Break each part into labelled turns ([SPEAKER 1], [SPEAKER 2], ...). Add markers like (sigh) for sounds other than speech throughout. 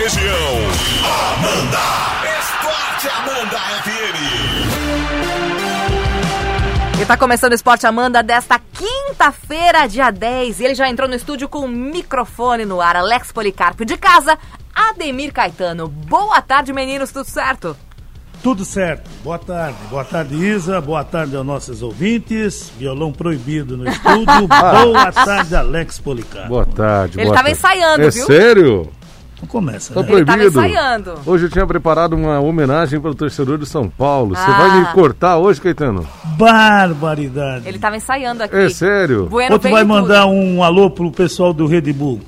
[SPEAKER 1] região. Amanda! Esporte Amanda FM.
[SPEAKER 2] E tá começando o Esporte Amanda desta quinta-feira, dia 10. E ele já entrou no estúdio com o microfone no ar. Alex Policarpo de casa, Ademir Caetano. Boa tarde, meninos, tudo certo?
[SPEAKER 3] Tudo certo. Boa tarde. Boa tarde, Isa. Boa tarde aos nossos ouvintes. Violão proibido no
[SPEAKER 4] (laughs)
[SPEAKER 3] estúdio. boa tarde, Alex Policarpo.
[SPEAKER 4] Boa tarde.
[SPEAKER 2] Ele estava ensaiando,
[SPEAKER 4] é
[SPEAKER 2] viu?
[SPEAKER 4] sério?
[SPEAKER 3] Não começa,
[SPEAKER 4] Tá
[SPEAKER 3] né?
[SPEAKER 2] Ele tava
[SPEAKER 4] proibido.
[SPEAKER 2] ensaiando.
[SPEAKER 4] Hoje eu tinha preparado uma homenagem para o torcedor do São Paulo. Você
[SPEAKER 2] Ah.
[SPEAKER 4] vai me cortar hoje, Caetano?
[SPEAKER 3] Barbaridade.
[SPEAKER 2] Ele tava ensaiando aqui.
[SPEAKER 4] É sério?
[SPEAKER 2] Bueno
[SPEAKER 3] Ou tu
[SPEAKER 2] veio
[SPEAKER 3] vai
[SPEAKER 2] tudo.
[SPEAKER 3] mandar um alô pro pessoal do Red Bull?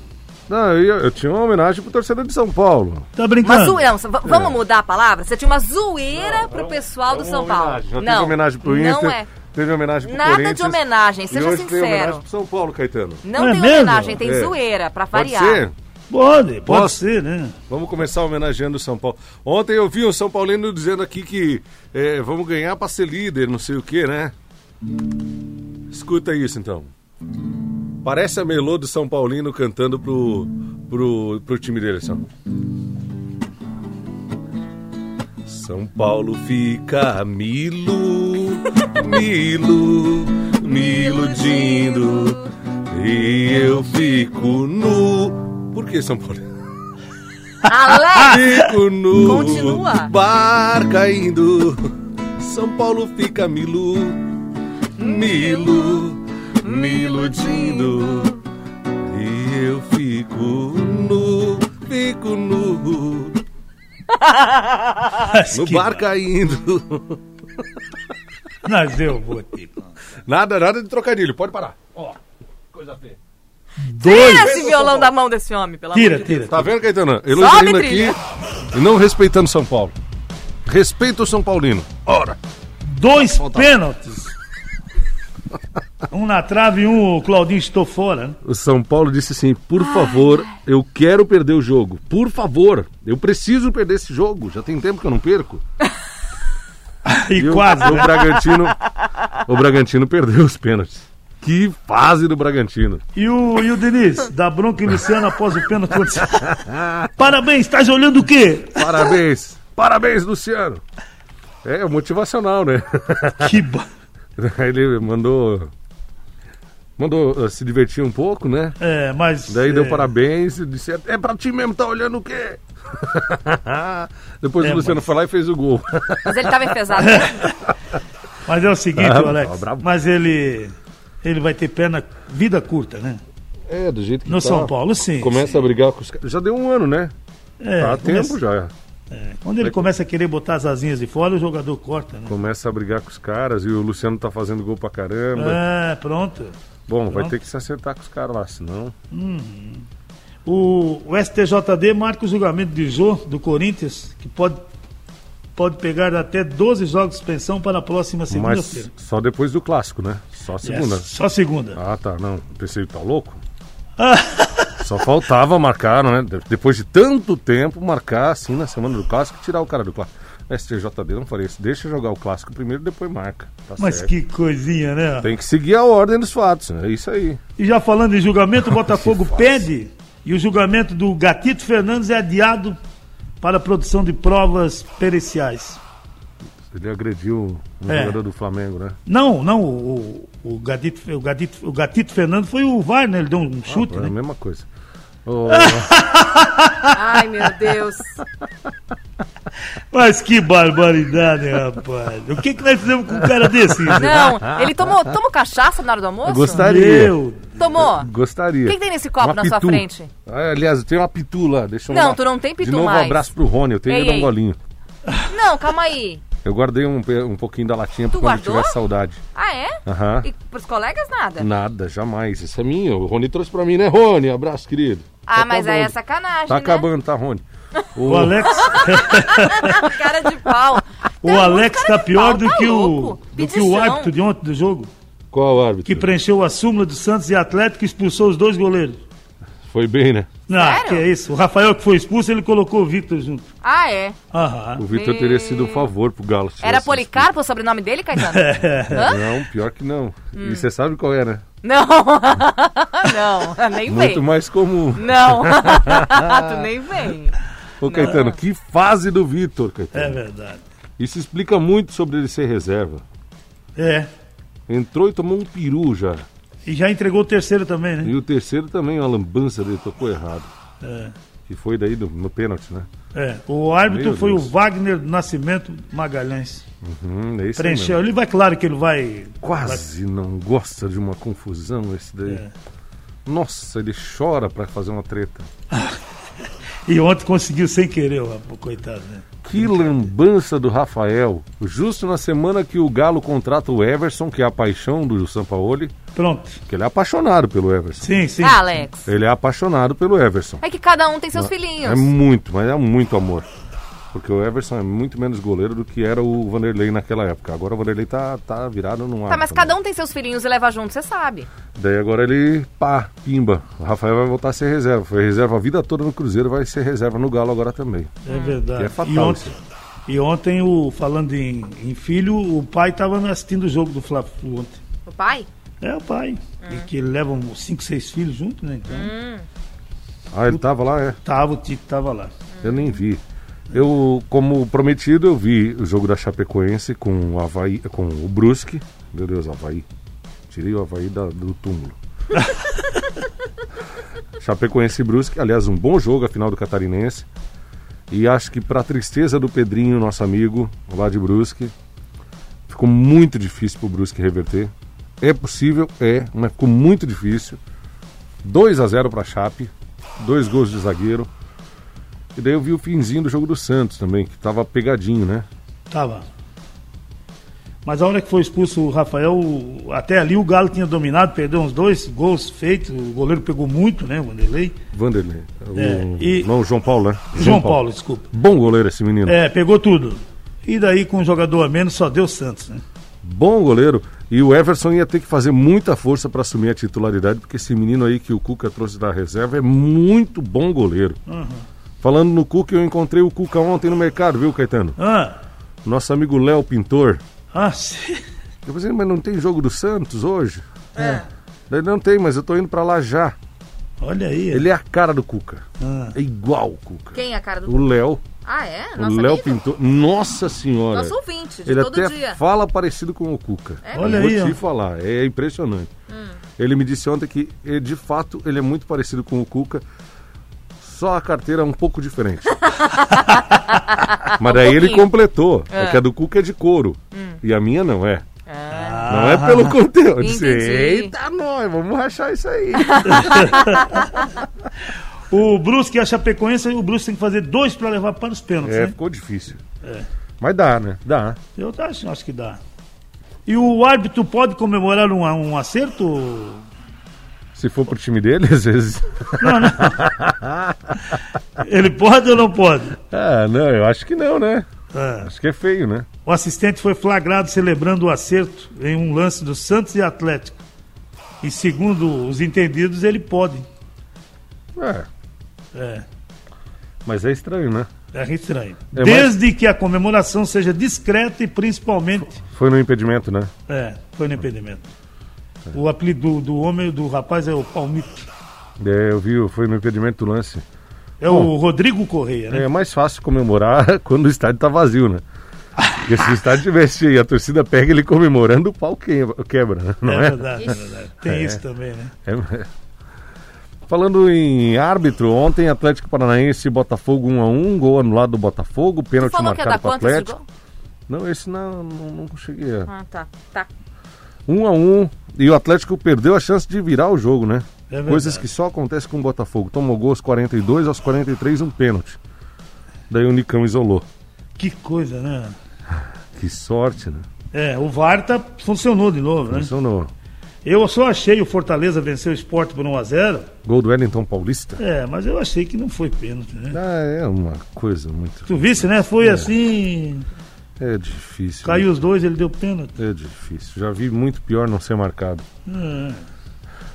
[SPEAKER 4] Não, eu, eu tinha uma homenagem para o torcedor de São Paulo.
[SPEAKER 3] Tá
[SPEAKER 2] Uma
[SPEAKER 3] brincando?
[SPEAKER 2] zoeira, não, v-
[SPEAKER 4] É.
[SPEAKER 2] vamos mudar a palavra? Você tinha uma zoeira É, pro
[SPEAKER 4] um-
[SPEAKER 2] pessoal do São Paulo.
[SPEAKER 4] Já teve É homenagem pro Inter.
[SPEAKER 2] Não é.
[SPEAKER 4] Teve homenagem pro
[SPEAKER 2] Nada
[SPEAKER 4] Corinthians.
[SPEAKER 2] de homenagem,
[SPEAKER 4] e
[SPEAKER 2] seja
[SPEAKER 4] hoje tem homenagem
[SPEAKER 2] sincero.
[SPEAKER 4] pro São Paulo, Caetano.
[SPEAKER 2] Não,
[SPEAKER 3] Não é
[SPEAKER 2] tem
[SPEAKER 3] mesmo?
[SPEAKER 2] homenagem, tem
[SPEAKER 4] É.
[SPEAKER 2] zoeira, pra
[SPEAKER 4] Pode
[SPEAKER 2] variar.
[SPEAKER 4] ser?
[SPEAKER 3] Pode, pode
[SPEAKER 4] Posso?
[SPEAKER 3] ser, né?
[SPEAKER 4] Vamos começar homenageando o São Paulo. Ontem eu vi um São Paulino dizendo aqui que é, vamos ganhar para ser líder, não sei o que, né? Escuta isso então. Parece a melô do São Paulino cantando pro, pro, pro time dele. Assim. ó. São Paulo fica milo, milo, me iludindo. E eu fico nu. Por que São Paulo? Ah,
[SPEAKER 2] Alex!
[SPEAKER 4] Fico nu.
[SPEAKER 2] Continua.
[SPEAKER 4] Bar caindo. São Paulo fica milu. Milu. Me iludindo. E eu fico nu. Fico nu. Ah, No
[SPEAKER 3] Que-
[SPEAKER 4] bar caindo.
[SPEAKER 3] Mas eu vou te.
[SPEAKER 4] Nada, nada de trocadilho. Pode parar.
[SPEAKER 2] Tira esse violão da mão desse homem, pelo
[SPEAKER 3] Tira,
[SPEAKER 2] amor de Deus.
[SPEAKER 3] tira.
[SPEAKER 4] Tá vendo, Caetano? Elogiando aqui
[SPEAKER 2] trilha.
[SPEAKER 4] e não respeitando São Paulo. Respeita o São Paulino. Ora. Tá
[SPEAKER 3] Dois pênaltis. Um na trave e um o Claudinho estou fora, né?
[SPEAKER 4] O São Paulo disse assim: por favor, eu quero perder o jogo. Por favor, eu preciso perder esse jogo. Já tem tempo que eu não perco.
[SPEAKER 3] E
[SPEAKER 4] o,
[SPEAKER 3] quase.
[SPEAKER 4] o
[SPEAKER 3] né? (laughs)
[SPEAKER 4] Bragantino, o Bragantino perdeu os pênaltis. Que fase do Bragantino.
[SPEAKER 3] E o, e o Denis, da bronca em Luciano após o pênalti contra...
[SPEAKER 4] (laughs)
[SPEAKER 3] Parabéns, estás olhando o quê? (laughs)
[SPEAKER 4] Parabéns, parabéns, Luciano. É motivacional, né? (laughs)
[SPEAKER 3] Que ba...
[SPEAKER 4] Ele mandou mandou eh, se divertir um pouco, né?
[SPEAKER 3] É, mas...
[SPEAKER 4] Daí
[SPEAKER 3] é,
[SPEAKER 4] deu parabéns e disse: "É pra ti mesmo, tá olhando o
[SPEAKER 3] (laughs)
[SPEAKER 4] quê?" Depois
[SPEAKER 3] É,
[SPEAKER 4] o Luciano
[SPEAKER 3] mas-
[SPEAKER 4] foi lá e fez o gol.
[SPEAKER 2] Mas ele tava
[SPEAKER 3] (laughs)
[SPEAKER 2] enfesado.
[SPEAKER 3] Mas é o seguinte,
[SPEAKER 4] Bravo,
[SPEAKER 3] Alex,
[SPEAKER 4] tá bravo.
[SPEAKER 3] mas ele... Ele vai ter perna... Vida curta, né?
[SPEAKER 4] É, do jeito que
[SPEAKER 3] No
[SPEAKER 4] tá.
[SPEAKER 3] São Paulo, sim.
[SPEAKER 4] Começa a brigar com os caras. Já deu um ano, né?
[SPEAKER 3] É,
[SPEAKER 4] tá há
[SPEAKER 3] começa-
[SPEAKER 4] tempo já.
[SPEAKER 3] Quando ele começa a querer botar as asinhas de fora, o jogador corta, né?
[SPEAKER 4] Começa a brigar com os caras e o Luciano tá fazendo gol pra caramba.
[SPEAKER 3] É, pronto.
[SPEAKER 4] Bom, vai
[SPEAKER 3] Pronto.
[SPEAKER 4] ter que se acertar com os caras lá, senão.
[SPEAKER 3] O, o STJD marca o julgamento de Jô, do Corinthians, que pode, pode pegar até 12 jogos de suspensão para a próxima
[SPEAKER 4] Mas
[SPEAKER 3] segunda-feira.
[SPEAKER 4] só depois do clássico, né? Só a segunda.
[SPEAKER 3] É, só segunda.
[SPEAKER 4] Ah, tá. Não. O terceiro
[SPEAKER 3] (laughs)
[SPEAKER 4] tá louco? Só faltava marcar, né? De- Depois de tanto tempo, marcar assim na semana do clássico e tirar o cara do clássico. STJD não faria isso. Deixa jogar o clássico primeiro, depois marca. Tá
[SPEAKER 3] Mas
[SPEAKER 4] certo.
[SPEAKER 3] que coisinha, né?
[SPEAKER 4] Tem que seguir a ordem dos fatos. né? É isso aí.
[SPEAKER 3] E já falando em julgamento, o Botafogo pede e o julgamento do Gatito Fernandes é adiado para a produção de provas periciais.
[SPEAKER 4] Ele agrediu um
[SPEAKER 3] É.
[SPEAKER 4] jogador do Flamengo, né?
[SPEAKER 3] Não, não, o, o, o Gatito, o, Gatito, o Gatito Fernandes foi o VAR, né? Ele deu um chute,
[SPEAKER 4] É a
[SPEAKER 3] né?
[SPEAKER 4] mesma coisa. Ô,
[SPEAKER 2] (laughs) Ah! Ai, meu Deus.
[SPEAKER 3] Mas que barbaridade, rapaz. O que, que nós fizemos com um cara desse? Isa?
[SPEAKER 4] Ah,
[SPEAKER 2] Não, ele tomou, tomou cachaça na hora do almoço?
[SPEAKER 4] tá, gostaria.
[SPEAKER 3] Meu
[SPEAKER 2] Tomou?
[SPEAKER 4] Gostaria.
[SPEAKER 2] O que que tem nesse copo
[SPEAKER 4] Uma
[SPEAKER 2] na sua
[SPEAKER 4] pitu.
[SPEAKER 2] frente?
[SPEAKER 4] Ah, aliás, eu tenho uma pitu lá. Deixa eu
[SPEAKER 2] Não,
[SPEAKER 4] lá.
[SPEAKER 2] tu não tem pitu
[SPEAKER 4] De novo,
[SPEAKER 2] mais.
[SPEAKER 4] um abraço pro Rony. Eu tenho
[SPEAKER 2] Ei,
[SPEAKER 4] que dar um
[SPEAKER 2] ei.
[SPEAKER 4] golinho.
[SPEAKER 2] Não, calma aí.
[SPEAKER 4] Eu guardei um, pe- um pouquinho da latinha
[SPEAKER 2] Tu
[SPEAKER 4] pra quando eu
[SPEAKER 2] guardou?
[SPEAKER 4] tiver saudade.
[SPEAKER 2] Ah, é?
[SPEAKER 4] Aham. Hum,
[SPEAKER 2] E pros colegas, nada?
[SPEAKER 4] Nada, jamais. Isso é minha. O Rony trouxe pra mim, né, Rony? Abraço, querido. Tá
[SPEAKER 2] Ah, mas aí
[SPEAKER 4] acabando.
[SPEAKER 2] é sacanagem,
[SPEAKER 4] Tá
[SPEAKER 2] né? é?
[SPEAKER 4] acabando, tá, Rony?
[SPEAKER 3] O Alex,
[SPEAKER 2] (laughs) Cara de pau.
[SPEAKER 3] o Alex tá pior do
[SPEAKER 2] tá
[SPEAKER 3] que o,
[SPEAKER 2] louco.
[SPEAKER 3] do que o
[SPEAKER 2] Pedição.
[SPEAKER 3] árbitro de ontem do jogo,
[SPEAKER 4] Qual árbitro?
[SPEAKER 3] que preencheu a súmula do Santos e Atlético e expulsou os dois goleiros.
[SPEAKER 4] Foi bem, né?
[SPEAKER 3] Não,
[SPEAKER 2] Sério?
[SPEAKER 3] que é isso. O Rafael que foi expulso, ele colocou o Victor junto.
[SPEAKER 2] Ah, é?
[SPEAKER 3] Aham.
[SPEAKER 4] O Vitor
[SPEAKER 2] Meu-
[SPEAKER 4] teria sido um favor pro Galo. se
[SPEAKER 2] Era
[SPEAKER 4] tivesse-
[SPEAKER 2] Policarpo o sobrenome dele,
[SPEAKER 4] (laughs)
[SPEAKER 2] Caetano?
[SPEAKER 4] É.
[SPEAKER 2] Hã?
[SPEAKER 4] Não, pior que não.
[SPEAKER 2] Hum.
[SPEAKER 4] E você sabe qual é, né?
[SPEAKER 2] Não. (laughs) não, (laughs) nem vem.
[SPEAKER 4] (laughs) Muito mais comum.
[SPEAKER 2] Não. tu nem vem.
[SPEAKER 4] Ô, Caetano, que fase do Vitor, Caetano.
[SPEAKER 3] É verdade.
[SPEAKER 4] Isso explica muito sobre ele ser reserva.
[SPEAKER 3] É.
[SPEAKER 4] Entrou e tomou um peru já.
[SPEAKER 3] E já entregou o terceiro também, né?
[SPEAKER 4] E o terceiro também, uma lambança dele, tocou errado. Que foi daí do- no pênalti, né?
[SPEAKER 3] É. O árbitro
[SPEAKER 4] Meu
[SPEAKER 3] foi
[SPEAKER 4] Deus.
[SPEAKER 3] o Wagner Nascimento Magalhães.
[SPEAKER 4] Uhum, é isso aí
[SPEAKER 3] Preencheu.
[SPEAKER 4] mesmo.
[SPEAKER 3] Ele vai, claro que ele vai.
[SPEAKER 4] Quase não gosta de uma confusão esse daí.
[SPEAKER 3] É.
[SPEAKER 4] Nossa, ele chora pra fazer uma treta.
[SPEAKER 3] E ontem conseguiu sem querer, o o coitado, né?
[SPEAKER 4] Que lambança do Rafael. Justo na semana que o Galo contrata o Everson, que é a paixão do Sampaoli,
[SPEAKER 3] Pronto.
[SPEAKER 4] que ele é apaixonado pelo Everson.
[SPEAKER 3] Sim, sim.
[SPEAKER 2] Ah, Alex.
[SPEAKER 4] Ele é apaixonado pelo Everson.
[SPEAKER 2] É que cada um tem seus filhinhos.
[SPEAKER 4] É muito, mas é muito amor. Porque o Everson é muito menos goleiro do que era o Vanderlei naquela época. Agora o Vanderlei tá, tá virado num né?
[SPEAKER 2] Tá, mas cada um tem seus filhinhos e leva junto, você sabe.
[SPEAKER 4] Daí agora ele, pá, pimba. O Rafael vai voltar a ser reserva. Foi reserva a vida toda no Cruzeiro, vai ser reserva no Galo agora também.
[SPEAKER 3] É verdade.
[SPEAKER 4] Que é fatal
[SPEAKER 3] e ontem,
[SPEAKER 4] isso.
[SPEAKER 3] e ontem o, falando em, em filho, o pai estava assistindo o jogo do Fla-Flu ontem.
[SPEAKER 2] O pai?
[SPEAKER 3] É o pai. E que levam cinco, seis filhos junto, né? Então,
[SPEAKER 4] Ah, ele tava lá, é.
[SPEAKER 3] tava, o Tito tava lá.
[SPEAKER 4] Eu nem vi. Eu, como prometido, eu vi o jogo da Chapecoense com o Havaí, com o Brusque. Meu Deus, Havaí. Tirei o Havaí da- do túmulo. (laughs) Chapecoense e Brusque, aliás, um bom jogo a final do Catarinense. E acho que para tristeza do Pedrinho, nosso amigo, lá de Brusque, ficou muito difícil pro Brusque reverter. É possível, é, mas ficou muito difícil. 2 a 0 para Chape, dois gols de zagueiro. E daí eu vi o finzinho do jogo do Santos também, que tava pegadinho, né?
[SPEAKER 3] Tava. Mas a hora que foi expulso o Rafael, o- até ali o Galo tinha dominado, perdeu uns dois gols feitos, o goleiro pegou muito, né, o Vanderlei?
[SPEAKER 4] Vanderlei.
[SPEAKER 3] É,
[SPEAKER 4] o-
[SPEAKER 3] e-
[SPEAKER 4] Não, o João Paulo, né?
[SPEAKER 3] João Paulo, desculpa.
[SPEAKER 4] Bom goleiro esse menino.
[SPEAKER 3] É, pegou tudo. E daí com um jogador a menos só deu Santos, né?
[SPEAKER 4] Bom goleiro. E o Everson ia ter que fazer muita força para assumir a titularidade, porque esse menino aí que o Cuca trouxe da reserva é muito bom goleiro.
[SPEAKER 3] Uhum.
[SPEAKER 4] Falando no Cuca, eu encontrei o Cuca ontem no mercado, viu, Caetano?
[SPEAKER 3] Ah,
[SPEAKER 4] Nosso amigo Léo Pintor.
[SPEAKER 3] ah, sim.
[SPEAKER 4] Eu falei, assim, mas não tem jogo do Santos hoje? É. Daí não tem, mas eu tô indo para lá já.
[SPEAKER 3] olha aí.
[SPEAKER 4] Ele é a cara do Cuca.
[SPEAKER 3] Ah.
[SPEAKER 4] É igual o Cuca.
[SPEAKER 2] Quem é a cara do.
[SPEAKER 4] O Léo.
[SPEAKER 2] Ah, é?
[SPEAKER 4] O
[SPEAKER 2] Nossa,
[SPEAKER 4] Léo
[SPEAKER 2] amigo?
[SPEAKER 4] Pintor. Nossa senhora.
[SPEAKER 2] Nosso ouvinte, de
[SPEAKER 4] Ele
[SPEAKER 2] todo
[SPEAKER 4] até
[SPEAKER 2] dia.
[SPEAKER 4] fala parecido com o Cuca.
[SPEAKER 2] É Hum.
[SPEAKER 3] Olha
[SPEAKER 4] Vou
[SPEAKER 3] aí,
[SPEAKER 4] te
[SPEAKER 3] ó.
[SPEAKER 4] falar, é impressionante. Ele me disse ontem que, eh, de fato, ele é muito parecido com o Cuca, só a carteira é um
[SPEAKER 2] (laughs)
[SPEAKER 4] pouco diferente. Mas daí ele
[SPEAKER 2] Um pouquinho. Hum.
[SPEAKER 4] completou. É. que a do Cuca é de couro. E a minha não é.
[SPEAKER 2] Ah.
[SPEAKER 4] Não é pelo conteúdo. Eu disse,
[SPEAKER 2] Entendi.
[SPEAKER 4] Eita, nós, vamos rachar isso
[SPEAKER 2] (laughs)
[SPEAKER 4] aí.
[SPEAKER 3] O Brusque e a Chapecoense, o Brusque tem que fazer dois para levar para os pênaltis,
[SPEAKER 4] é,
[SPEAKER 3] né?
[SPEAKER 4] ficou difícil.
[SPEAKER 3] É.
[SPEAKER 4] Mas dá, né? Dá.
[SPEAKER 3] Eu acho, acho que dá. E o árbitro pode comemorar um, a- um acerto?
[SPEAKER 4] Se for pro time dele, (laughs) às vezes.
[SPEAKER 3] Ele pode ou não pode?
[SPEAKER 4] Ah, não, eu acho que não, né?
[SPEAKER 3] É.
[SPEAKER 4] Acho que é feio, né?
[SPEAKER 3] O assistente foi flagrado celebrando o acerto em um lance do Santos e Atlético. E segundo os entendidos, ele pode.
[SPEAKER 4] É,
[SPEAKER 3] É,
[SPEAKER 4] mas é estranho, né?
[SPEAKER 3] é estranho.
[SPEAKER 4] É, mas-
[SPEAKER 3] Desde que a comemoração seja discreta e principalmente.
[SPEAKER 4] Foi no impedimento, né?
[SPEAKER 3] É, foi no impedimento. O apelido do, do homem, do rapaz, é o Palmito.
[SPEAKER 4] É, eu vi, foi no impedimento do lance.
[SPEAKER 3] É o Rodrigo Correia, né?
[SPEAKER 4] É mais fácil comemorar (laughs) quando o estádio tá vazio, né? Porque se o estádio tivesse cheio e a torcida pega ele comemorando, o pau quebra, quebra né? não
[SPEAKER 3] É
[SPEAKER 4] é?
[SPEAKER 3] verdade, é verdade. Tem isso também, né?
[SPEAKER 4] É- Falando em árbitro, ontem Atlético Paranaense e Botafogo 1 a 1 gol anulado do Botafogo,
[SPEAKER 2] Tu
[SPEAKER 4] pênalti
[SPEAKER 2] falou que ia dar
[SPEAKER 4] marcado para
[SPEAKER 2] quanto esse
[SPEAKER 4] Atlético.
[SPEAKER 2] gol?
[SPEAKER 4] Não, esse não, não, não cheguei. a-
[SPEAKER 2] Ah, tá. Tá.
[SPEAKER 4] 1 a 1 e o Atlético perdeu a chance de virar o jogo, né?
[SPEAKER 3] É verdade.
[SPEAKER 4] Coisas que só acontecem com o Botafogo. Tomou gol aos 42, aos 43 um pênalti. Daí o Nicão isolou.
[SPEAKER 3] Que coisa, né?
[SPEAKER 4] Que sorte, né?
[SPEAKER 3] É, o VAR tá, funcionou de novo, né?
[SPEAKER 4] Funcionou.
[SPEAKER 3] Eu só achei o Fortaleza vencer o esporte por 1x0.
[SPEAKER 4] Gol do Wellington Paulista.
[SPEAKER 3] É, mas eu achei que não foi pênalti, né?
[SPEAKER 4] Ah, é uma coisa muito.
[SPEAKER 3] Tu visse, né? Foi assim.
[SPEAKER 4] É difícil.
[SPEAKER 3] Caiu os dois, ele deu pênalti.
[SPEAKER 4] É difícil. Já vi muito pior não ser marcado.
[SPEAKER 3] É.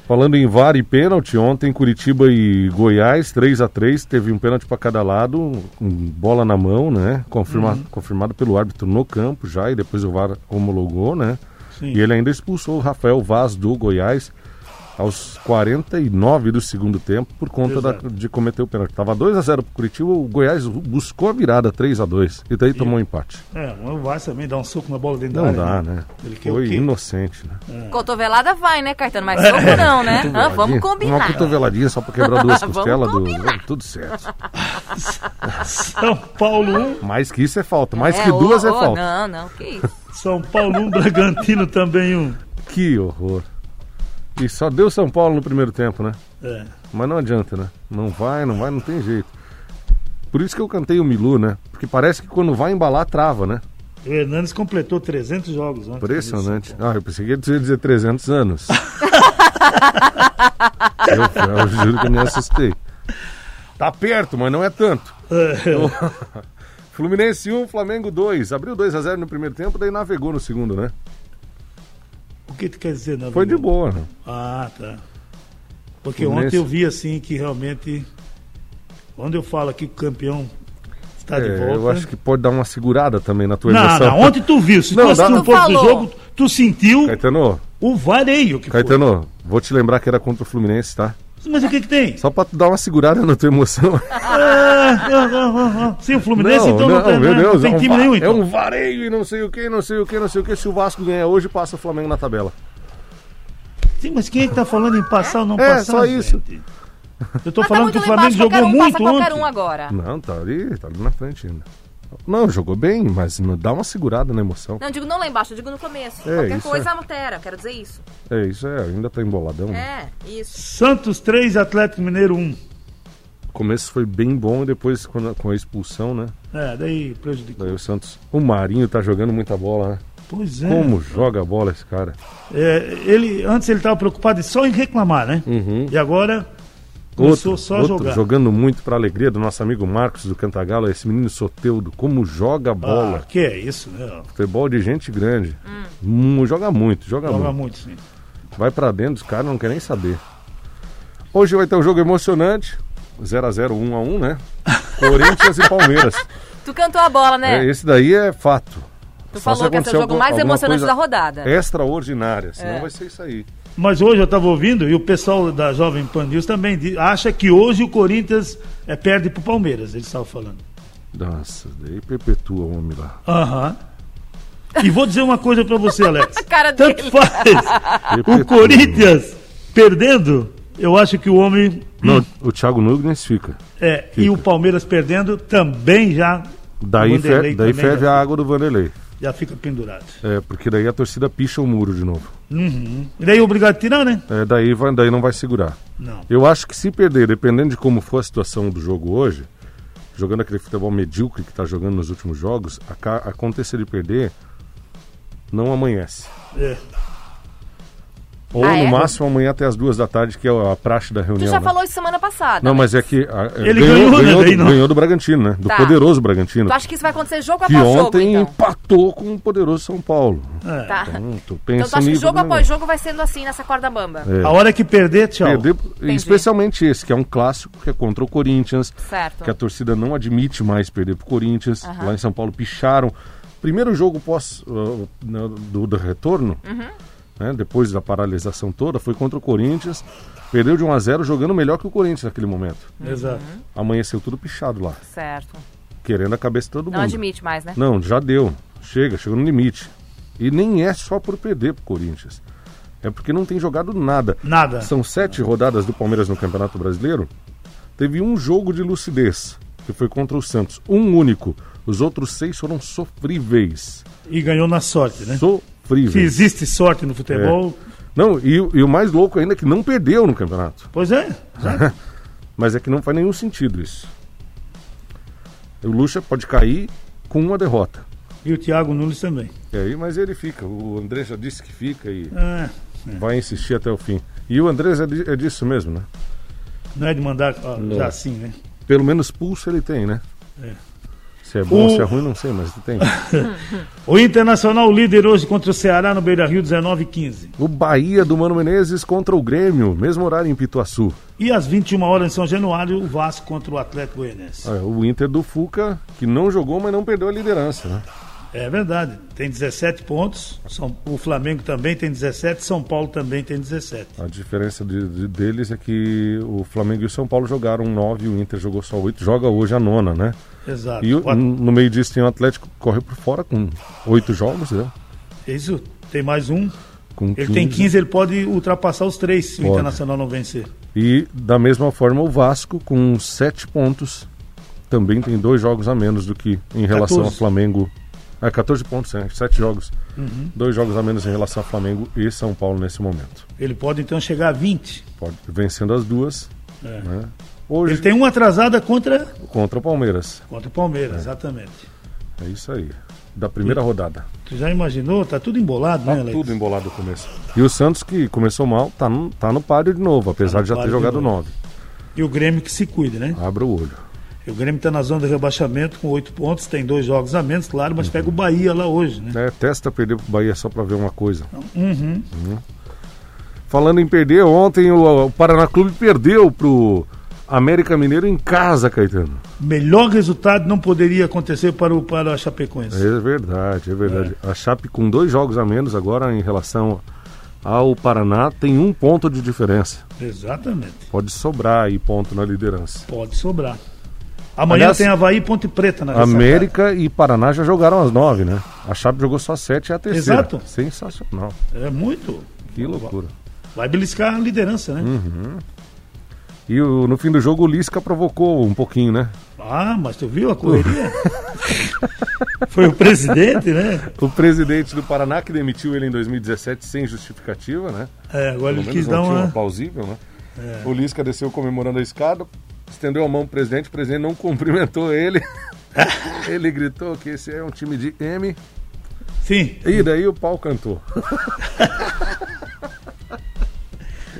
[SPEAKER 4] Falando em VAR e pênalti, ontem Curitiba e Goiás, 3 a 3 teve um pênalti para cada lado, um bola na mão, né? Confirma-
[SPEAKER 3] Uhum.
[SPEAKER 4] Confirmado pelo árbitro no campo já, e depois o VAR homologou, né?
[SPEAKER 3] Sim.
[SPEAKER 4] E ele ainda expulsou o Rafael Vaz do Goiás, aos 49 do segundo tempo por conta da-
[SPEAKER 3] Exato.
[SPEAKER 4] de cometer o pênalti. Tava 2 a 0 pro Curitiba, o Goiás buscou a virada 3 a 2 e daí tomou um empate.
[SPEAKER 3] É, o Vasco também dá um soco na bola dentro
[SPEAKER 4] Não
[SPEAKER 3] da área.
[SPEAKER 4] dá, né?
[SPEAKER 3] Ele quer
[SPEAKER 4] Foi
[SPEAKER 3] o quê?
[SPEAKER 4] inocente, né?
[SPEAKER 2] Cotovelada vai, né, Caetano? Mas soco não, né? Hã? vamos
[SPEAKER 4] É. Uma
[SPEAKER 2] combinar.
[SPEAKER 4] cotoveladinha só pra quebrar
[SPEAKER 2] (laughs)
[SPEAKER 4] duas
[SPEAKER 2] Vamos
[SPEAKER 4] costelas do.
[SPEAKER 2] combinar.
[SPEAKER 4] Tudo certo.
[SPEAKER 3] São Paulo 1,
[SPEAKER 4] Mais que isso é falta, mais
[SPEAKER 2] É,
[SPEAKER 4] que duas
[SPEAKER 2] ô,
[SPEAKER 4] é
[SPEAKER 2] ô,
[SPEAKER 4] falta.
[SPEAKER 2] Não, não, que isso.
[SPEAKER 3] São Paulo 1, (laughs) Bragantino também 1.
[SPEAKER 4] Que horror. E só deu São Paulo no primeiro tempo, né?
[SPEAKER 3] É.
[SPEAKER 4] Mas não adianta, né? Não vai, não vai, não tem jeito. Por isso que eu cantei o Milu, né? Porque parece que quando vai embalar, trava, né?
[SPEAKER 3] O Hernandes completou 300 jogos né? ontem.
[SPEAKER 4] Impressionante. Ah, eu pensei que ele ia dizer 300
[SPEAKER 3] (laughs)
[SPEAKER 4] anos. eu, eu juro que eu me assustei. Tá perto, mas não é tanto.
[SPEAKER 3] (laughs) É,
[SPEAKER 4] Fluminense 1, Flamengo 2. Abriu 2 a 0 no primeiro tempo, daí navegou no segundo, né?
[SPEAKER 3] o que tu quer dizer, Nando?
[SPEAKER 4] Foi de boa, né?
[SPEAKER 3] Ah, tá. Porque
[SPEAKER 4] Fluminense.
[SPEAKER 3] ontem eu vi assim que realmente. Quando eu falo aqui que o campeão está Tá de
[SPEAKER 4] É,
[SPEAKER 3] volta. né?
[SPEAKER 4] eu acho que pode dar uma segurada também na tua
[SPEAKER 3] Não,
[SPEAKER 4] emoção.
[SPEAKER 3] não, ontem tu viu. Se
[SPEAKER 4] Não,
[SPEAKER 3] tu
[SPEAKER 4] dá-
[SPEAKER 3] assistiu um
[SPEAKER 2] Tu
[SPEAKER 3] pouco do
[SPEAKER 2] falou.
[SPEAKER 3] jogo, tu sentiu
[SPEAKER 4] Caetano,
[SPEAKER 3] o vareio que
[SPEAKER 4] Caetano, vou te lembrar que era contra o Fluminense, tá?
[SPEAKER 3] foi. Mas o que, que tem?
[SPEAKER 4] Só pra tu dar uma segurada na tua emoção.
[SPEAKER 3] Ah, ah, ah, ah. Sim, o Fluminense então não, tem,
[SPEAKER 4] meu
[SPEAKER 3] né?
[SPEAKER 4] Deus,
[SPEAKER 3] não tem
[SPEAKER 4] é um
[SPEAKER 3] time
[SPEAKER 4] va-
[SPEAKER 3] nenhum.
[SPEAKER 4] É
[SPEAKER 3] Então.
[SPEAKER 4] um vareio e não sei o que, não sei o que, não sei o que. Se o Vasco ganhar hoje, passa o Flamengo na tabela.
[SPEAKER 3] Sim, mas quem é que tá falando em passar ou não
[SPEAKER 4] É,
[SPEAKER 3] passar?
[SPEAKER 4] só isso.
[SPEAKER 3] gente? Eu tô
[SPEAKER 2] Mas tá
[SPEAKER 3] falando que
[SPEAKER 2] muito
[SPEAKER 3] o
[SPEAKER 2] lá
[SPEAKER 3] Flamengo
[SPEAKER 2] embaixo, qualquer
[SPEAKER 3] jogou
[SPEAKER 2] um passa
[SPEAKER 3] muito
[SPEAKER 2] qualquer um
[SPEAKER 3] ontem.
[SPEAKER 2] agora.
[SPEAKER 4] Não, tá ali, tá ali na frente ainda. Não, jogou bem, mas não- dá uma segurada na emoção.
[SPEAKER 2] Não, digo não lá embaixo, eu digo no começo.
[SPEAKER 4] É,
[SPEAKER 2] Qualquer
[SPEAKER 4] isso
[SPEAKER 2] coisa
[SPEAKER 4] é.
[SPEAKER 2] altera, quero dizer isso.
[SPEAKER 4] É, isso é, ainda tá emboladão. né?
[SPEAKER 2] É, isso.
[SPEAKER 3] Santos 3, Atlético Mineiro 1.
[SPEAKER 4] O começo foi bem bom, depois quando- com a expulsão, né?
[SPEAKER 3] É, daí prejudicou.
[SPEAKER 4] Daí o Santos. O Marinho tá jogando muita bola, né?
[SPEAKER 3] Pois é.
[SPEAKER 4] Como joga a bola esse cara?
[SPEAKER 3] É, ele, antes ele estava preocupado só em reclamar, né?
[SPEAKER 4] Uhum.
[SPEAKER 3] E agora começou só a jogar.
[SPEAKER 4] jogando muito pra alegria do nosso amigo Marcos do Cantagalo, esse menino Soteudo, como joga a bola.
[SPEAKER 3] Ah, que é isso, né?
[SPEAKER 4] Futebol de gente grande. Mu- joga muito, joga,
[SPEAKER 3] Joga
[SPEAKER 4] muito.
[SPEAKER 3] muito, sim.
[SPEAKER 4] Vai pra dentro, os caras não querem nem saber. Hoje vai ter um jogo emocionante. 0x0,
[SPEAKER 3] (laughs)
[SPEAKER 4] 1x1, né? Corinthians e Palmeiras.
[SPEAKER 2] Tu cantou a bola,
[SPEAKER 4] É,
[SPEAKER 2] né?
[SPEAKER 4] esse daí é fato.
[SPEAKER 2] tu
[SPEAKER 4] Só
[SPEAKER 2] falou
[SPEAKER 4] se
[SPEAKER 2] que esse é
[SPEAKER 4] acontecer
[SPEAKER 2] o jogo
[SPEAKER 4] algum-
[SPEAKER 2] mais
[SPEAKER 4] alguma
[SPEAKER 2] emocionante
[SPEAKER 4] coisa É.
[SPEAKER 2] da rodada.
[SPEAKER 4] Extraordinária, senão
[SPEAKER 2] É.
[SPEAKER 4] vai ser isso aí.
[SPEAKER 3] Mas hoje eu estava ouvindo e o pessoal da Jovem Pan News também di- acha que hoje o Corinthians é, perde pro Palmeiras, eles estavam falando.
[SPEAKER 4] Nossa, daí perpetua o homem lá.
[SPEAKER 3] Aham. E vou dizer uma coisa pra você, Alex.
[SPEAKER 2] cara
[SPEAKER 3] Tanto
[SPEAKER 2] dele.
[SPEAKER 4] (laughs)
[SPEAKER 3] faz.
[SPEAKER 4] Perpetua.
[SPEAKER 3] (laughs) o Corinthians perdendo, eu acho que o homem
[SPEAKER 4] Não, o Thiago Nunes fica.
[SPEAKER 3] é, e o Palmeiras perdendo também já
[SPEAKER 4] Daí,
[SPEAKER 3] O Vanderlei
[SPEAKER 4] fe- daí
[SPEAKER 3] também né?
[SPEAKER 4] ferve
[SPEAKER 3] já
[SPEAKER 4] a água do Vanderlei.
[SPEAKER 3] já fica pendurado.
[SPEAKER 4] É, porque daí a torcida picha o muro de novo.
[SPEAKER 3] E daí é obrigado a tirar, né?
[SPEAKER 4] É, daí, vai, daí não vai segurar.
[SPEAKER 3] Não.
[SPEAKER 4] Eu acho que se perder, dependendo de como for a situação do jogo hoje, jogando aquele futebol medíocre que está jogando nos últimos jogos, aca- acontecer de perder, não amanhece.
[SPEAKER 3] É.
[SPEAKER 4] Ou
[SPEAKER 2] Ah,
[SPEAKER 4] no
[SPEAKER 2] é?
[SPEAKER 4] máximo amanhã até as duas da tarde, que é a praxe da
[SPEAKER 2] Tu
[SPEAKER 4] reunião.
[SPEAKER 2] já
[SPEAKER 4] né?
[SPEAKER 2] falou isso semana passada.
[SPEAKER 4] Não, mas é que a- é,
[SPEAKER 3] Ele ganhou, né,
[SPEAKER 4] ganhou,
[SPEAKER 3] daí
[SPEAKER 4] do,
[SPEAKER 3] não.
[SPEAKER 4] ganhou do Bragantino, né? Do
[SPEAKER 2] Tá.
[SPEAKER 4] poderoso Bragantino.
[SPEAKER 2] Tu acha que isso vai acontecer jogo
[SPEAKER 4] Que
[SPEAKER 2] após jogo,
[SPEAKER 4] ontem
[SPEAKER 2] então?
[SPEAKER 4] empatou com o poderoso São Paulo.
[SPEAKER 3] É.
[SPEAKER 2] Tá.
[SPEAKER 4] Hum, tu
[SPEAKER 2] Então tu
[SPEAKER 4] pensa
[SPEAKER 2] acha que
[SPEAKER 4] nisso, É.
[SPEAKER 2] jogo
[SPEAKER 4] né?
[SPEAKER 2] após jogo vai sendo assim, nessa corda bamba?
[SPEAKER 3] A hora que perder, tchau.
[SPEAKER 4] Perder, especialmente esse, que é um clássico, que é contra o Corinthians.
[SPEAKER 2] Certo.
[SPEAKER 4] que a torcida não admite mais perder pro Corinthians. Lá em São Paulo picharam. Primeiro jogo pós uh, na- do, do retorno,
[SPEAKER 2] Uhum.
[SPEAKER 4] né, depois da paralisação toda, foi contra o Corinthians. Perdeu de 1 a 0 jogando melhor que o Corinthians naquele momento.
[SPEAKER 3] Exato.
[SPEAKER 4] Amanheceu tudo pichado lá,
[SPEAKER 2] Certo.
[SPEAKER 4] querendo a cabeça de todo
[SPEAKER 2] Não
[SPEAKER 4] mundo.
[SPEAKER 2] admite mais, né?
[SPEAKER 4] Não, já deu. Chega, chegou no limite. E nem é só por perder pro Corinthians. É porque não tem jogado nada.
[SPEAKER 3] Nada.
[SPEAKER 4] São sete rodadas do Palmeiras no Campeonato Brasileiro. Teve um jogo de lucidez, que foi contra o Santos. Um único. Os outros seis foram sofríveis.
[SPEAKER 3] E ganhou na sorte, né? Se
[SPEAKER 4] Sofríveis.
[SPEAKER 3] existe sorte no futebol,
[SPEAKER 4] É. Não, e, o- e o mais louco ainda é que não perdeu no campeonato.
[SPEAKER 3] pois é.
[SPEAKER 4] Mas é que não faz nenhum sentido isso. O Lucha pode cair com uma derrota.
[SPEAKER 3] E o Thiago Nunes também.
[SPEAKER 4] E aí, mas ele fica. O André já disse que fica e
[SPEAKER 3] É,
[SPEAKER 4] vai insistir até o fim. E o Andrés é, di- é disso mesmo, né?
[SPEAKER 3] não é de mandar ó,
[SPEAKER 4] Não.
[SPEAKER 3] já assim, né?
[SPEAKER 4] Pelo menos pulso ele tem, né?
[SPEAKER 3] É.
[SPEAKER 4] Se é bom,
[SPEAKER 3] O-
[SPEAKER 4] se é ruim, não sei, mas tem.
[SPEAKER 3] O Internacional líder hoje contra o Ceará no Beira Rio, 19 e 15.
[SPEAKER 4] O Bahia do Mano Menezes contra o Grêmio, mesmo horário em Pituaçu.
[SPEAKER 3] E às 21 horas em São Januário, o Vasco contra o Atlético Goianiense.
[SPEAKER 4] É, O Inter do Fuca, que não jogou, mas não perdeu a liderança, né?
[SPEAKER 3] É verdade. Tem 17 pontos. São, o Flamengo também tem 17. São Paulo também tem 17.
[SPEAKER 4] A diferença de- de- deles é que o Flamengo e o São Paulo jogaram 9, o Inter jogou só 8, joga hoje a nona, né?
[SPEAKER 3] Exato.
[SPEAKER 4] E o-
[SPEAKER 3] Quatro-
[SPEAKER 4] no meio disso tem o Atlético que corre por fora com 8 jogos, né?
[SPEAKER 3] Isso. Tem mais um.
[SPEAKER 4] Com
[SPEAKER 3] Ele tem 15, ele pode ultrapassar os três se o
[SPEAKER 4] Pode.
[SPEAKER 3] Internacional não vencer.
[SPEAKER 4] E da mesma forma o Vasco com 7 pontos também tem dois jogos a menos do que em relação
[SPEAKER 3] 14.
[SPEAKER 4] ao Flamengo. É, 14 pontos, né? 7 jogos.
[SPEAKER 3] Uhum.
[SPEAKER 4] Dois jogos a menos em relação ao Flamengo e São Paulo nesse momento.
[SPEAKER 3] Ele pode então chegar a 20.
[SPEAKER 4] Pode, vencendo as duas. Né? Hoje
[SPEAKER 3] É. Ele tem uma atrasada contra,
[SPEAKER 4] contra o Palmeiras.
[SPEAKER 3] contra o Palmeiras, exatamente.
[SPEAKER 4] É isso aí. Da primeira rodada.
[SPEAKER 3] Tu já imaginou? Tá tudo embolado, né,
[SPEAKER 4] Tá
[SPEAKER 3] Alex?
[SPEAKER 4] tudo embolado no começo. E o Santos, que começou mal, tá no, tá no páreo de novo,
[SPEAKER 3] Tá
[SPEAKER 4] apesar
[SPEAKER 3] no
[SPEAKER 4] de já ter
[SPEAKER 3] páreo de
[SPEAKER 4] jogado
[SPEAKER 3] novo.
[SPEAKER 4] 9.
[SPEAKER 3] E o Grêmio que se cuide, né?
[SPEAKER 4] Abra o olho.
[SPEAKER 3] O Grêmio está na zona de rebaixamento com oito pontos, tem dois jogos a menos, claro, mas pega o Bahia lá hoje, né?
[SPEAKER 4] É, testa perder pro Bahia só pra ver uma coisa. Uhum. Falando em perder, ontem o, o Paraná Clube perdeu pro América Mineiro em casa, Caetano.
[SPEAKER 3] Melhor resultado não poderia acontecer para o para a Chapecoense.
[SPEAKER 4] É verdade, é verdade. A Chape com dois jogos a menos agora em relação ao Paraná tem um ponto de diferença.
[SPEAKER 3] Exatamente.
[SPEAKER 4] Pode sobrar aí ponto na liderança.
[SPEAKER 3] Pode sobrar. Amanhã
[SPEAKER 4] Aliás,
[SPEAKER 3] tem Havaí e Ponte Preta na
[SPEAKER 4] é
[SPEAKER 3] ressacada.
[SPEAKER 4] América e Paraná já jogaram as nove, né? A Chape jogou só sete e a terceira.
[SPEAKER 3] Exato.
[SPEAKER 4] Sensacional.
[SPEAKER 3] É muito.
[SPEAKER 4] Que loucura. Hum.
[SPEAKER 3] Vai beliscar a liderança, né?
[SPEAKER 4] E o- no fim do jogo o Lisca provocou um pouquinho, né?
[SPEAKER 3] Ah, mas tu viu a correria? (laughs) Foi o presidente, né?
[SPEAKER 4] O presidente do Paraná, que demitiu ele em 2017 sem justificativa, né?
[SPEAKER 3] É, agora ele
[SPEAKER 4] Pelo menos
[SPEAKER 3] quis
[SPEAKER 4] não
[SPEAKER 3] dar
[SPEAKER 4] tinha
[SPEAKER 3] uma. É.
[SPEAKER 4] plausível, né? O Lisca desceu comemorando a escada, estendeu a mão pro presidente, o presidente não
[SPEAKER 3] (laughs)
[SPEAKER 4] cumprimentou ele. ele gritou que esse é um time de M.
[SPEAKER 3] Sim,
[SPEAKER 4] E daí o pau cantou.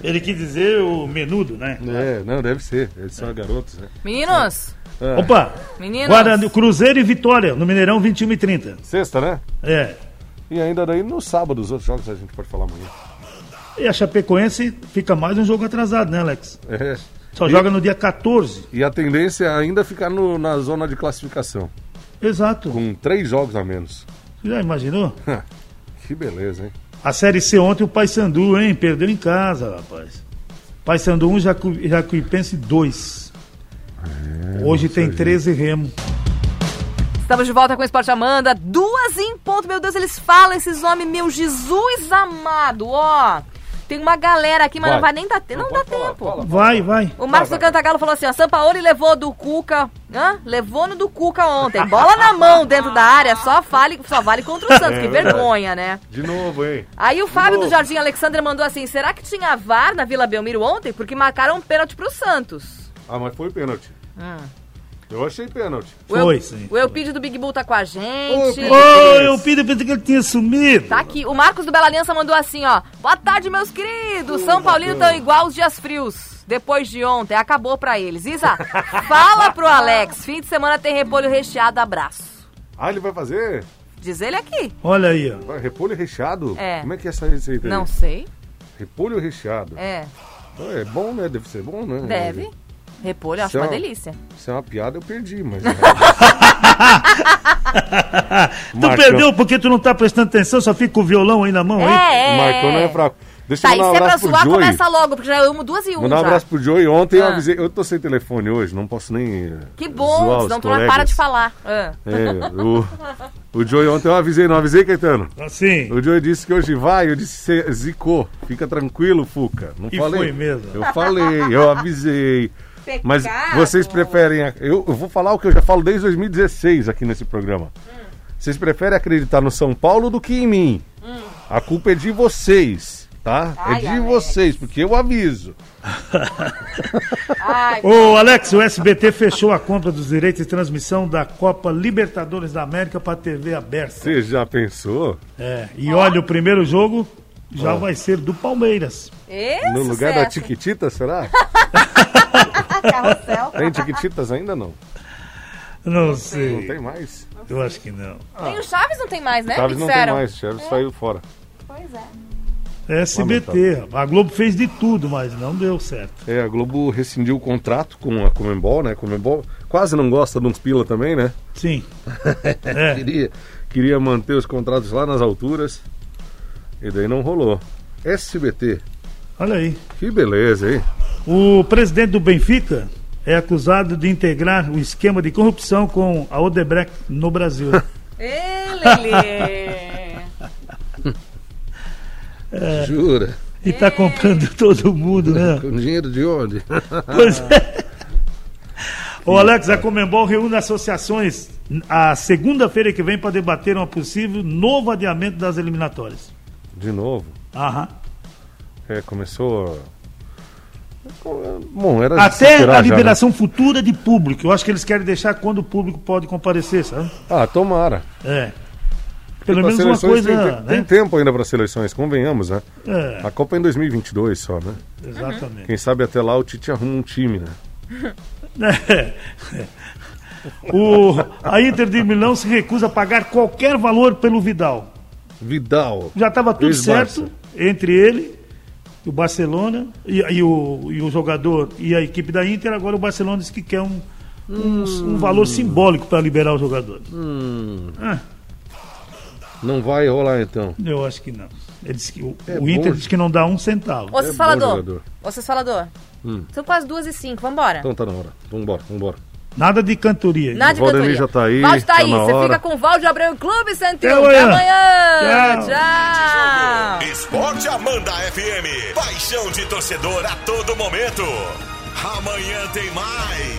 [SPEAKER 3] ele quis dizer o menudo, né?
[SPEAKER 4] É, não, deve ser. Eles
[SPEAKER 3] É.
[SPEAKER 4] são garotos, né?
[SPEAKER 2] Meninos,
[SPEAKER 4] É.
[SPEAKER 3] Opa!
[SPEAKER 2] Meninos.
[SPEAKER 3] Guarani, Cruzeiro e Vitória, no Mineirão 21 e 30.
[SPEAKER 4] Sexta, né?
[SPEAKER 3] É.
[SPEAKER 4] E ainda daí no sábado, os outros jogos a gente pode falar amanhã.
[SPEAKER 3] E a Chapecoense fica mais um jogo atrasado, né, Alex?
[SPEAKER 4] É.
[SPEAKER 3] Só
[SPEAKER 4] E-
[SPEAKER 3] joga no dia 14.
[SPEAKER 4] E a tendência é ainda ficar no- na zona de classificação,
[SPEAKER 3] Exato.
[SPEAKER 4] com três jogos a menos.
[SPEAKER 3] Já imaginou?
[SPEAKER 4] que beleza, hein?
[SPEAKER 3] A Série C ontem o Paysandu, hein? Perdeu em casa, rapaz. Paysandu 1, Jacu... Jacuipense 2. Hoje tem 13 remo.
[SPEAKER 2] estamos de volta com o Esporte Amanda. Duas em ponto. Meu Deus, eles falam esses homens, meu Jesus amado. Ó, tem uma galera aqui, mas
[SPEAKER 4] Vai.
[SPEAKER 2] não vai nem dar tempo. Não, dá tempo.
[SPEAKER 3] Vai, vai.
[SPEAKER 2] O Marcos do Cantagalo falou assim, ó, Sampaoli levou do Cuca, hã? Levou no do Cuca ontem. Bola na mão dentro da área, só, fale, só vale contra o
[SPEAKER 3] É
[SPEAKER 2] Santos, que vergonha, né?
[SPEAKER 4] De novo, hein?
[SPEAKER 2] Aí o Fábio do Jardim Alexandre mandou assim, será que tinha VAR na Vila Belmiro ontem? Porque marcaram um pênalti pro Santos.
[SPEAKER 4] Ah, mas foi pênalti.
[SPEAKER 2] Ah.
[SPEAKER 4] Eu achei pênalti.
[SPEAKER 2] O El-
[SPEAKER 3] Foi, sim.
[SPEAKER 2] O Elpidio do Big Bull tá com a gente.
[SPEAKER 3] Ô, eu pedi, pensei que ele tinha sumido.
[SPEAKER 2] Tá aqui. O Marcos do Bela Aliança mandou assim, ó. Boa tarde, meus queridos. São Paulino tão igual os dias frios. Depois de ontem, acabou pra eles.
[SPEAKER 4] (laughs)
[SPEAKER 2] Isa, fala pro Alex. Fim de semana tem repolho recheado. Abraço.
[SPEAKER 4] Ah, ele vai fazer?
[SPEAKER 2] Diz ele aqui.
[SPEAKER 3] Olha aí, ó.
[SPEAKER 4] Vai, repolho recheado?
[SPEAKER 2] É.
[SPEAKER 4] Como é que é essa receita aí?
[SPEAKER 2] Não sei.
[SPEAKER 4] Repolho recheado. É.
[SPEAKER 2] É,
[SPEAKER 4] é bom, né? Deve ser bom, né?
[SPEAKER 2] deve. Repolho, eu acho
[SPEAKER 4] Só-
[SPEAKER 2] uma delícia.
[SPEAKER 4] Se é uma piada, eu perdi, mas...
[SPEAKER 2] (laughs)
[SPEAKER 4] é.
[SPEAKER 3] Tu perdeu porque tu não tá prestando atenção, só fica com o violão aí na mão, hein?
[SPEAKER 2] É, é.
[SPEAKER 4] Marcou não é fraco. Deixa
[SPEAKER 2] Tá,
[SPEAKER 4] eu
[SPEAKER 2] e
[SPEAKER 4] mandar um
[SPEAKER 2] se é pra
[SPEAKER 4] abraço pro
[SPEAKER 2] zoar,
[SPEAKER 4] Joey.
[SPEAKER 2] começa logo, porque já eu amo duas e um
[SPEAKER 4] Mandar um
[SPEAKER 2] já.
[SPEAKER 4] abraço pro Joey. Ontem eu
[SPEAKER 2] Ah.
[SPEAKER 4] avisei... Eu tô sem telefone hoje, não posso nem... eh,
[SPEAKER 2] Que
[SPEAKER 4] zoar
[SPEAKER 2] bom,
[SPEAKER 4] os
[SPEAKER 2] senão tu não
[SPEAKER 4] colegas.
[SPEAKER 2] para de falar. Ah.
[SPEAKER 4] É, o, o Joey ontem eu avisei, não avisei, Caetano?
[SPEAKER 3] Assim.
[SPEAKER 4] O Joey disse que hoje vai, eu disse "Cê zicou. Fica tranquilo, Fuca. Não
[SPEAKER 3] E
[SPEAKER 4] falei.
[SPEAKER 3] foi mesmo.
[SPEAKER 4] Eu falei, eu avisei.
[SPEAKER 2] Pecado.
[SPEAKER 4] Mas vocês preferem. a- Eu, eu vou falar o que eu já falo desde 2016 aqui nesse programa.
[SPEAKER 2] Hum.
[SPEAKER 4] Vocês preferem acreditar no São Paulo do que em mim. A culpa é de vocês, tá? é
[SPEAKER 2] Hum. Ai,
[SPEAKER 4] de
[SPEAKER 2] Alex.
[SPEAKER 4] vocês, porque eu aviso.
[SPEAKER 2] (laughs) Ai,
[SPEAKER 3] Ô, Alex, o SBT fechou a compra dos direitos de transmissão da Copa Libertadores da América para TV aberta.
[SPEAKER 4] Você já pensou?
[SPEAKER 3] É, e olha, o primeiro jogo já vai ser do Palmeiras.
[SPEAKER 2] ê,
[SPEAKER 4] no lugar da
[SPEAKER 2] sucesso. (laughs)
[SPEAKER 4] Tiquitita, será?
[SPEAKER 2] Carrossel.
[SPEAKER 4] Tem Tiquititas ainda não?
[SPEAKER 3] Não
[SPEAKER 4] Não
[SPEAKER 3] sei,
[SPEAKER 4] tem mais?
[SPEAKER 3] eu acho que não.
[SPEAKER 2] Tem o Chaves, não tem mais, né?
[SPEAKER 4] Chaves
[SPEAKER 2] Me
[SPEAKER 4] não tem
[SPEAKER 2] disseram.
[SPEAKER 4] mais, Chaves saiu fora.
[SPEAKER 2] Pois é.
[SPEAKER 3] SBT. rapaz. A Globo fez de tudo, mas não deu certo.
[SPEAKER 4] É, a Globo rescindiu o contrato com a Comembol, né? Comembol quase não gosta de uns pila também, né?
[SPEAKER 3] Sim. É,
[SPEAKER 4] Queria, queria manter os contratos lá nas alturas. E daí não rolou. SBT.
[SPEAKER 3] olha aí.
[SPEAKER 4] Que beleza, hein?
[SPEAKER 3] O presidente do Benfica é acusado de integrar o esquema de corrupção com a Odebrecht no Brasil.
[SPEAKER 2] Ê,
[SPEAKER 4] (laughs)
[SPEAKER 2] Lelê!
[SPEAKER 3] É.
[SPEAKER 4] Jura?
[SPEAKER 3] E está comprando todo mundo, né?
[SPEAKER 4] Com dinheiro de onde?
[SPEAKER 3] Pois é. Ô Alex, a Comembol reúne associações a segunda-feira que vem para debater um possível novo adiamento das eliminatórias.
[SPEAKER 4] (laughs) De novo.
[SPEAKER 3] Aham.
[SPEAKER 4] É, começou. a- Bom, era de se
[SPEAKER 3] Até
[SPEAKER 4] esperar
[SPEAKER 3] a
[SPEAKER 4] já, né?
[SPEAKER 3] liberação futura de público. Eu acho que eles querem deixar quando o público pode comparecer, sabe?
[SPEAKER 4] Ah, tomara.
[SPEAKER 3] É. Pelo menos
[SPEAKER 4] Porque pras
[SPEAKER 3] uma
[SPEAKER 4] seleções
[SPEAKER 3] coisa.
[SPEAKER 4] Tem, tem
[SPEAKER 3] né?
[SPEAKER 4] tempo ainda para seleções, convenhamos, né?
[SPEAKER 3] É,
[SPEAKER 4] A Copa é em 2022 só, né?
[SPEAKER 3] exatamente. (laughs)
[SPEAKER 4] Quem sabe até lá o Tite arruma um time, né?
[SPEAKER 3] É. O, a Inter de Milão se recusa a pagar qualquer valor pelo Vidal.
[SPEAKER 4] Vidal.
[SPEAKER 3] Já estava tudo
[SPEAKER 4] Ex-Barça.
[SPEAKER 3] certo entre ele, o Barcelona e, e o, e o jogador e a equipe da Inter. Agora o Barcelona diz que quer um, um, um valor simbólico para liberar o jogador. Ah,
[SPEAKER 4] Não vai rolar então.
[SPEAKER 3] eu acho que não. Ele disse que o,
[SPEAKER 4] É
[SPEAKER 3] o
[SPEAKER 4] bom.
[SPEAKER 3] Inter diz que não dá um
[SPEAKER 2] Ô,
[SPEAKER 3] centavo.
[SPEAKER 4] É bom
[SPEAKER 2] vocês falador.
[SPEAKER 4] jogador. Hum.
[SPEAKER 2] Ô, vocês falador. São quase duas e cinco, vambora.
[SPEAKER 4] Então tá na hora. Vambora, vambora.
[SPEAKER 3] Nada de cantoria.
[SPEAKER 2] Nada de cantoria.
[SPEAKER 4] Valdemir já tá aí,
[SPEAKER 2] Valde tá
[SPEAKER 4] tá
[SPEAKER 2] aí.
[SPEAKER 4] na
[SPEAKER 2] Você
[SPEAKER 4] hora.
[SPEAKER 2] fica com o Valde Abreu Clube Santinho. Até
[SPEAKER 3] Até amanhã.
[SPEAKER 2] amanhã.
[SPEAKER 3] Tchau.
[SPEAKER 2] Tchau.
[SPEAKER 1] Esporte Amanda FM. Paixão de torcedor a todo momento. Amanhã tem mais.